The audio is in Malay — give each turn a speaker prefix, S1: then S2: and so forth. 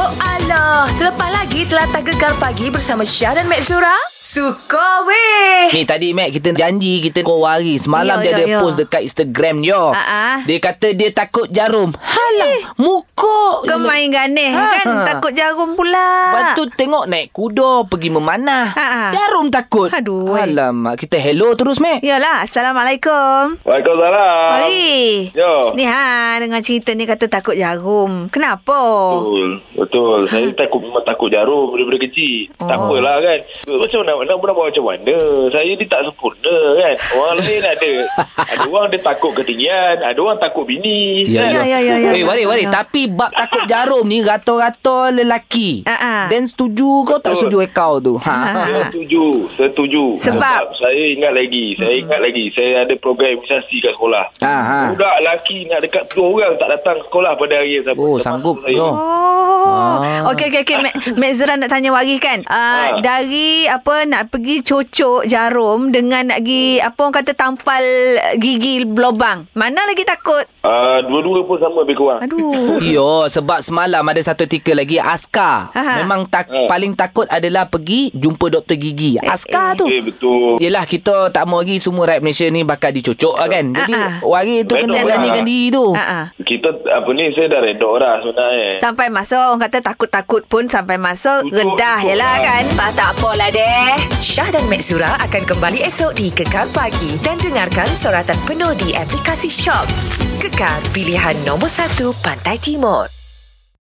S1: Oh alah, terlepas lagi telatah gegar pagi bersama Syah dan Mek Zura. Suka weh.
S2: Ni tadi Mac kita janji kita kau hari Semalam
S1: Yo,
S2: dia
S1: yo,
S2: ada
S1: yo.
S2: post dekat Instagram dia
S1: Ya, ah. Eh.
S2: Dia kata dia takut jarum Halah mukuk
S1: Kau main ganeh kan?
S2: Ha.
S1: Takut jarum pula.
S2: Lepas tu tengok naik kuda Pergi memanah
S1: Ha, ha.
S2: Jarum takut
S1: Aduh, eh.
S2: Alamak kita hello terus Mac
S1: Yalah, Assalamualaikum.
S3: Waalaikumsalam.
S1: Oi.
S3: Yo.
S1: Ni ha, dengan cerita ni kata takut jarum. Kenapa?
S3: Betul. Betul. Saya takut memang takut jarum daripada kecil. Oh. Tak apalah kan. Macam mana nak, nak buat macam mana? Saya ni tak sempurna kan. Orang lain ada. Ada orang dia takut ketinggian, ada orang takut bini. kan?
S1: ya. ya, ya, ya,
S2: Eh, wari,
S1: ya,
S2: wari.
S1: ya.
S2: Tapi bab takut jarum ni rata-rata lelaki.
S1: Ha, ha.
S2: Dan setuju kau tak
S3: Betul.
S2: setuju kau tu. Ha.
S1: Ah,
S3: Saya Setuju, setuju.
S1: Sebab?
S3: saya ingat lagi, saya ingat lagi, saya ada program imunisasi kat sekolah.
S2: Ha, ha.
S3: Budak lelaki nak dekat 10 orang tak datang sekolah pada hari yang sama.
S2: Oh,
S3: Termasuk
S2: sanggup.
S3: saya.
S2: Yo.
S1: Oh.
S2: Ah.
S1: Okey okey okey Mek, Mek Zura nak tanya Wari kan. Uh,
S3: Ah.
S1: dari apa nak pergi cocok jarum dengan nak pergi apa orang kata tampal gigi lubang. Mana lagi takut?
S3: Ah, dua-dua pun sama lebih kurang.
S1: Aduh.
S2: Yo, sebab semalam ada satu artikel lagi Askar.
S1: Ha, ha.
S2: Memang tak,
S3: Ha.
S2: paling takut adalah pergi jumpa doktor gigi. Askar
S1: eh.
S2: tu.
S3: Eh, betul.
S2: Yelah kita tak mau lagi semua rakyat Malaysia ni bakal dicocok lah kan. Jadi
S1: Ah, ah.
S2: wari tu kena
S3: Betul.
S2: beranikan diri tu.
S1: Ha ah.
S3: Kita apa ni saya dah redok dah sebenarnya.
S1: Sampai masuk orang kata takut-takut pun sampai masuk
S3: Tutup,
S1: redah
S3: tutup
S1: jelah
S3: lah.
S1: kan. Bah, tak apalah deh. Syah dan Mek Zura akan kembali esok di Kekar Pagi dan dengarkan soratan penuh di aplikasi Shock. Kekar pilihan nombor 1 Pantai Timur.